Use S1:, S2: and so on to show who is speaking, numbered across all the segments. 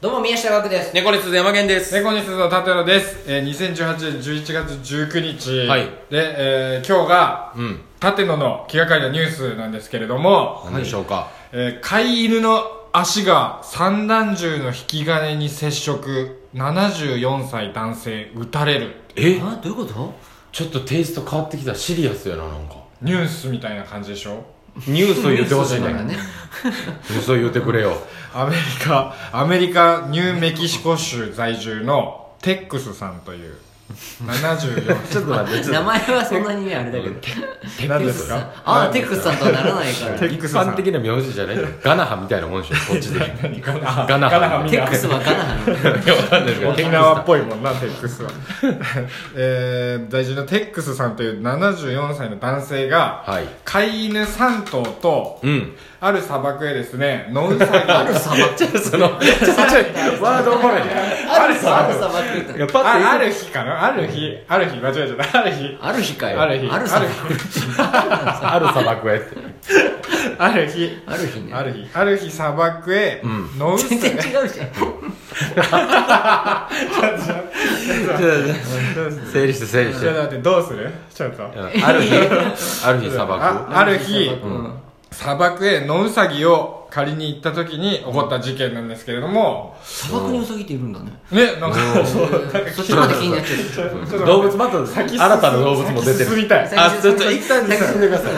S1: どうも宮下岳です
S2: 猫列山源です
S3: 猫ニスの舘野です、えー、2018年11月19日、
S2: はい
S3: で、えー今日が
S2: うん
S3: 舘野の気がかりなニュースなんですけれども、
S2: 何でしょうか、
S3: えー飼い犬の足が散弾銃の引き金に接触74歳男性撃たれる
S2: え
S1: あどういうこと
S2: ちょっとテイスト変わってきたシリアスやななんか
S3: ニュースみたいな感じでしょ
S2: ニュースを言ってほしい
S1: ニュースだ
S2: ね
S1: からね
S2: ニュースを言ってくれよ
S3: アメリカアメリカニューメキシコ州在住のテックスさんという74歳
S2: ちょっと待ってちょ
S1: 名
S2: っと
S1: 前はそんなにねあれだけど
S3: 何ですか
S1: あテックスさんとはならないから
S3: テ
S1: テ
S3: ッ
S2: 一
S3: クスさん
S2: 般的な名字じゃないよガナハみたいなもんでしょこっ ちで
S3: 何かな
S2: ガナハ
S3: ガナハみたいな
S1: ックスはガナハの
S2: いやわかんないですけど
S3: 沖縄っぽいもんな、テックスは。えー、大事なテックスさんという74歳の男性が、
S2: はい
S3: 飼い犬3頭と、
S2: うん
S3: ある砂漠へですね、ノウサギ。ある
S1: 砂漠
S2: そのちょちょワード怒られ
S1: ある砂漠って言っ
S2: やパッと言う
S3: あある日かなある日、ある日、間違えちゃった。ある日、
S1: たある日かよ
S3: ある日
S1: ある砂漠
S2: ある砂漠へって
S3: ある日、
S1: ある日ね
S3: ある日、ある日砂漠へ、
S2: ん
S3: ノウサギ
S1: 全。然違うじゃん
S2: 整理して整理し
S3: ちょっと待
S2: て
S3: って、どうするちょっと。
S2: うんある日ある日砂漠
S3: あある日、
S1: うん
S3: 砂漠へノウサギを借りに行った時に起こった事件なんですけれども、
S1: 砂漠にウサギっているんだね
S3: ね、なん か、そう、
S1: そっちまで気になっちゃう
S2: 動物また新たな動物も出て
S3: 先進
S2: る
S3: みたい
S2: あちょっと一旦進んでくださ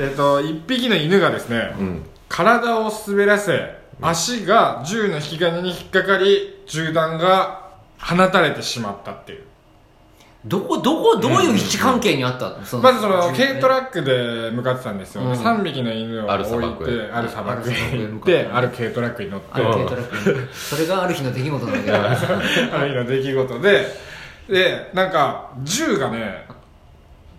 S2: い
S3: えっと一匹の犬がですね、体を滑らせ足が銃の引き金に引っかかり銃弾が放たれてしまったっていう
S1: どこどこどういう位置関係にあったの
S3: まずその軽トラックで向かってたんですよね、
S1: うん
S3: 3匹の犬を
S2: ある砂
S3: 置い
S2: 漠へ
S3: てある砂漠へ行っ
S1: ある砂漠へ向
S3: て
S1: かって
S3: ある軽トラックに乗って
S1: ある軽トラックそれがある日の出来事なんだけど
S3: ある日の出来事ででなんか銃がね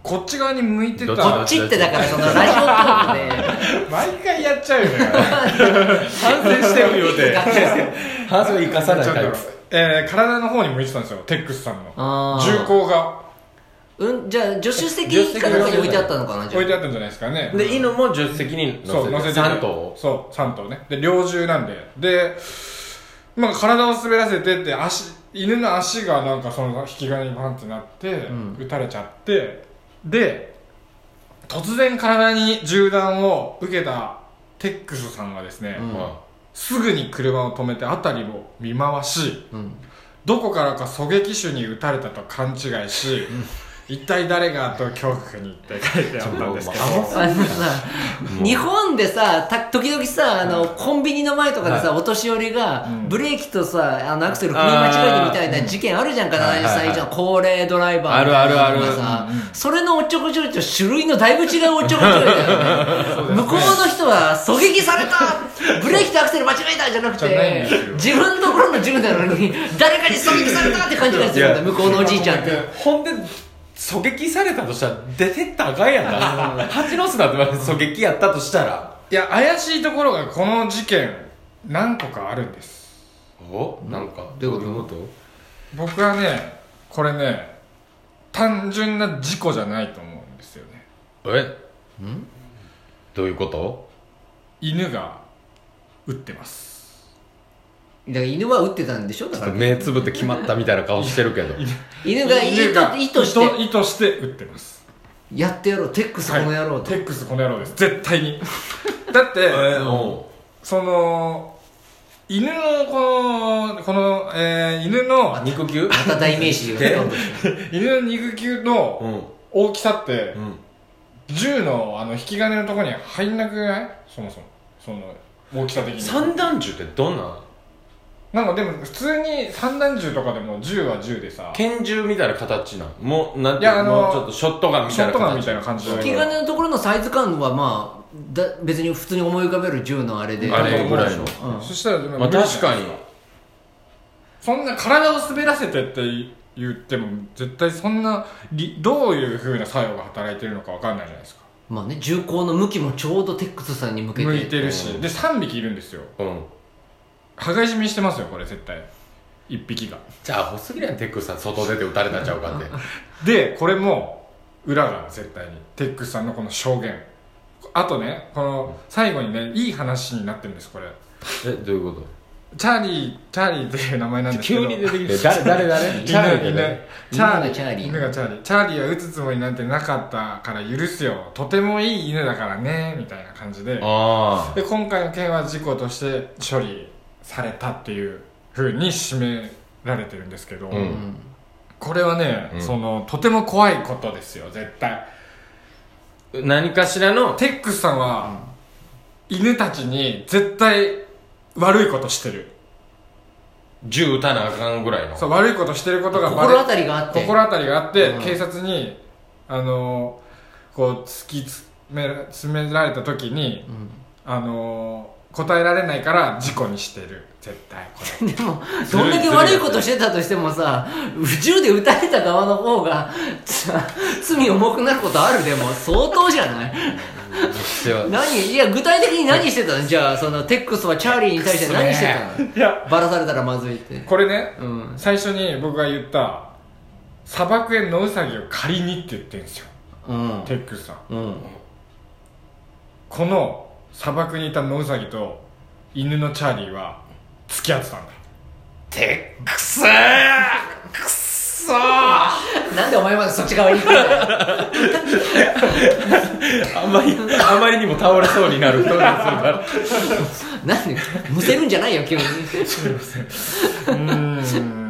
S3: こっち側に向いてた
S2: どっ
S1: こっちってだからそのラジオトークで
S3: 毎回やっちゃうよね
S2: 反省してるようで 反省を生かさない
S3: ちょっと
S2: タイプ
S3: えー体の方に向いてたんですよテックスさんの
S1: あー
S3: 銃口が
S1: うん、じゃあ助手席かなんかに置いてあったのかなじゃ
S3: 置いてあったんじゃないですかね
S2: で犬も助手席に乗
S3: そう
S2: せ
S3: 乗
S2: て
S3: せて
S2: 3頭を
S3: そう3頭ねで猟銃なんでで、まあ、体を滑らせてって足犬の足がなんかその引き金にパンってなって、
S1: ん
S3: 撃たれちゃってで突然体に銃弾を受けたテックスさんがですね、
S1: うん
S3: すぐに車を止めて辺りを見回し
S1: あうん
S3: どこからか狙撃手に撃たれたと勘違いし、一体誰がと恐怖にって書いてあったんですけど
S2: ちょっと
S1: あのさ 日本でさた時々さあのコンビニの前とかでさ、お年寄りが
S3: うん
S1: ブレーキとさあのアクセル踏み間違えるみたいな事件あるじゃんか
S2: はいはいは
S1: 70
S2: い
S1: 歳以上の高齢ドライバー
S2: あるあるある
S1: みたいなのがさそれのおっちょこちょいと種類のだいぶ違うおっちょこちょいだよね向こうの人は狙撃されたブレーキとアクセル間違えたじゃなく
S3: じゃないんです
S1: て
S3: よ
S1: 自分のところの銃なのに誰かに狙撃されたって感じがするんだよ
S2: い
S1: 向こうのおじいちゃんって。
S2: ほんで狙撃されたとしたら出てったらあかんやんな 蜂の巣だって狙撃やったとしたら
S3: いや怪しいところがこの事件何個かあるんです
S2: おなんか
S1: どういうこと
S3: 僕はねこれね単純な事故じゃないと思うんですよね
S2: えどういうこと
S3: 犬が撃ってます
S1: だから犬は撃ってたんでしょだから
S2: 目つぶって決まったみたいな顔してる けど
S1: 犬が意図意図して
S3: 意図意図して撃ってます
S1: やってやろうテックスこの野郎
S3: はい
S1: と、
S3: テックスこの野郎です絶対にだって、
S2: お
S3: その犬のこのこの、えー犬の
S2: 肉球
S1: また代名詞 が出てくる
S3: 犬の肉球
S2: う
S3: の
S2: ん
S3: 大きさって、
S2: うん
S3: 銃のあの引き金のところに入んなくないそもそもその大きさ的に
S2: 三段銃ってどんな
S3: なんかでも普通に散弾銃とかでも銃は銃でさ
S2: 拳銃みたいな形なんもうなんてい
S3: いやあ
S2: う
S3: の
S2: もうちょっとショットガンみ
S3: シ
S2: たい
S3: ョット
S2: な
S3: ガン
S2: 形
S3: みたいな感じ
S1: 引
S3: だ
S1: き
S3: けど
S1: 金のところのサイズ感はまあだ別に普通に思い浮かべる銃のあれで
S2: あれぐらいの
S1: うん
S3: そしたらでも
S2: まあ
S3: 無理じゃん
S2: 確かに
S3: そんな体を滑らせてって言っても絶対そんなりどういうふうな作用が働いてるのかわかんないじゃないですか
S1: まあね銃口の向きもちょうどテックスさんに向けて
S3: 向いてるしで3匹いるんですよ
S2: うん
S3: 羽交い締めしてますよこれ絶対1匹が
S2: じゃあ細切れやんテックさん外出て撃たれたんちゃうかって
S3: でこれも裏が絶対にテックスさんのこの証言あとねこの最後にねいい話になってるんですこれ
S2: えどういうこと
S3: チャーリーチャーリーという名前なんですけど
S4: 急に出てき
S2: え誰誰誰
S3: 犬
S2: チャーリー
S3: 犬
S2: ね
S3: チャーリー
S1: 犬がチャーリー
S3: 犬がチャーリーチャーリーは打つつもりなんてなかったから許すよとてもいい犬だからねみたいな感じで
S2: あ
S3: で今回の件は事故として処理されたっていうふうに締められてるんですけど、
S2: うん
S3: これはね、
S2: うん
S3: そのとても怖いことですよ絶対
S2: あ何かしらの
S3: テックスさんは、犬たちに絶対悪いことしてる
S2: 銃撃たなあかんぐらいの
S3: そう悪いことしてることがバレ
S1: 心当たりがあって
S3: 心当たりがあって、
S1: うん
S3: 警察にあのーこう突き詰め詰められた時に、あのー答えられないから事故にしてる絶対これ
S1: でもどんだけ悪いことしてたとしてもさ銃で撃たれた側の方がさ罪重くなることあるでも相当じゃない
S2: 必要
S1: 何いや具体的に何してたのじゃあそのテックスはチャーリーに対して何して
S3: い
S1: た
S3: や
S1: のバラされたらまずいって
S3: これね、
S1: うん
S3: 最初に僕が言った砂漠へのウサギを借りにって言ってるんですよ
S1: うん
S3: テックスさん
S1: うん
S3: この砂漠にいたノウサギと犬のチャーリーは付き合ってたんだ
S4: てっくせーくっそー
S1: なんでお前までそっち側に行くんだよ
S2: あまりあまりにも倒れそうになる人ですから
S1: なんでむせるんじゃないよ急に
S3: うーん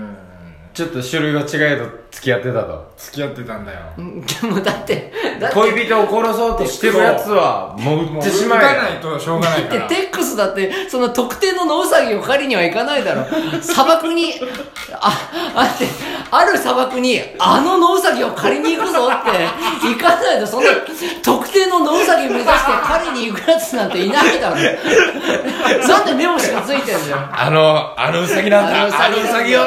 S2: ちょっと種類が違えと付き合ってたと
S3: 付き合ってたんだよ
S1: うんでもだってだって
S2: 恋人を殺そうとしてるやつはもう撃
S3: も
S2: っ
S3: う
S2: てし
S3: 打
S2: ま
S3: た
S2: え
S3: ないとしょうがないか
S1: で
S3: ら
S1: テックスだってその特定のノウサギを狩りにはいかないだろ砂漠にああってある砂漠にあのノウサギを狩りに行くぞって行かないとそんな特定のノウサギ目指して狩りに行くやつなんていないだろなんでメモしかついてんだよ
S2: あのあのウサギなんだあのウサギよ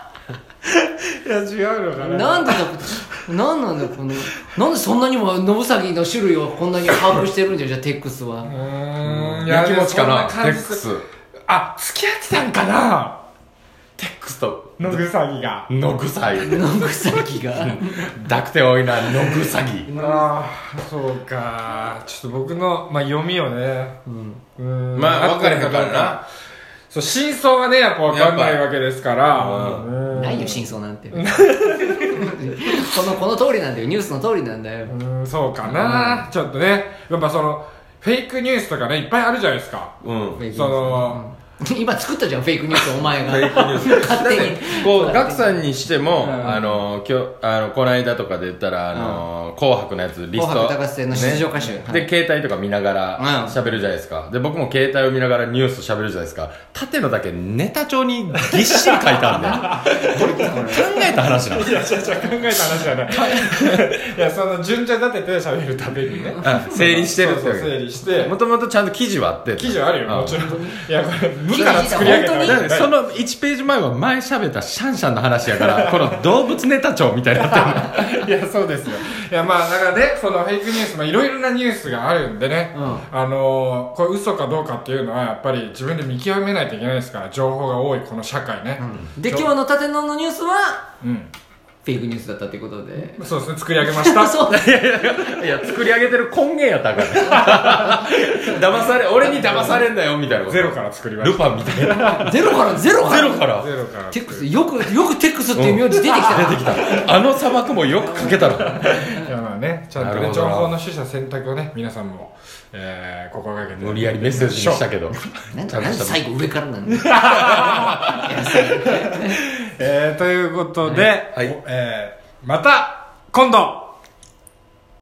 S3: いや違うのか
S1: なんでだなんなんだよこのなんでそんなにもノウサギの種類をこんなに把握してるんじゃじゃあテックスは
S3: うーんいや
S2: やきもちかな
S3: そん感
S2: テ
S3: じ
S2: ックス
S3: あ付き合ってたんかな
S2: テックスと
S3: ノウサギが
S2: ノグサギ
S1: ノウサギが
S2: 濁点多いなノグサギ
S3: ああそうかちょっと僕の、まあ、読みをねうん
S2: まあ
S3: 合って
S2: 分か
S3: る
S2: れへんから
S3: どう
S2: な
S3: そう真相はねやっぱ分かんないわけですから
S2: やっぱ
S3: うん
S1: ないよ真相なんてこのこの通りなんだよニュースの通りなんだよ
S3: うーんそうかな、ちょっとねやっぱそのフェイクニュースとかねいっぱいあるじゃないですか
S2: うん
S1: フェイクニュース
S3: その、
S1: 今作ったじゃんフェイクニュースお前が
S2: フェイクニュース
S1: 勝手に
S2: こう、ガクさんにしても、
S3: ん
S2: あの、今日、あの、この間とかで言ったら、あの、紅白のやつ、リス
S1: 紅
S2: ト。
S1: 白高瀬の出場
S2: ね
S1: 歌手、はい
S2: で、携帯とか見なが
S1: うん
S2: ら喋るじゃないですか。で、僕も携帯を見ながらニュース喋るじゃないですか。縦のだけネタ帳にぎっしり書いたんだよ。これ、考えた話なの。
S3: いや、じゃじゃ考えた話じゃない。 いや、その、順序立てて喋るためにね。
S2: うん整理してるって
S3: そう
S2: わ
S3: そう
S2: け
S3: 整理して
S2: も。ともとちゃんと記事はあって。
S3: 記事はあるよ、
S2: うん
S3: もちろん。いや、これ、無から作り上げたわけじ
S2: だ
S3: ゃ
S2: っ
S3: ない
S2: てその1ページ前は前喋ったシャンシャンの話やから、この動物ネタ帳みたいになってるの。
S3: いや、そうですよ。いや、まあ、だからね、そのフェイクニュース、まあ、いろいろなニュースがあるんでね、
S1: うん
S3: あのーこれ嘘かどうかっていうのは、やっぱり自分で見極めないといけないですから、情報が多いこの社会ね。
S1: で今日の立野のニュースは
S3: うん。
S1: フェイクニュースだったってことで
S3: そうですね、作り上げました。
S1: そうだ
S2: いや、作り上げてる根源やったから。 騙され、俺に騙されんだよ、みたいな。
S3: ゼロから作りま
S2: ル
S3: した。
S2: パンみたいな。
S1: ゼロからゼロから
S2: ゼロから。
S3: ゼロから
S1: テッ
S3: 作
S1: ク
S3: り。
S1: スよくよくテックスっていう名字出てきた、 出てきた
S2: あの砂漠もよくかけたら。
S3: いやまあね、ちゃんと
S2: なる
S3: ね、
S2: ほ
S3: 情
S2: どな
S3: 報の取捨選択をね、皆さんも、えー、心がけて。
S2: 無理やりメッセージにしたけど。
S1: なん
S2: ちゃ
S1: かな
S2: んと
S1: んで
S2: した
S1: 最後上からなのいや
S3: えー、ということで、
S2: はい
S3: おえー、また、今度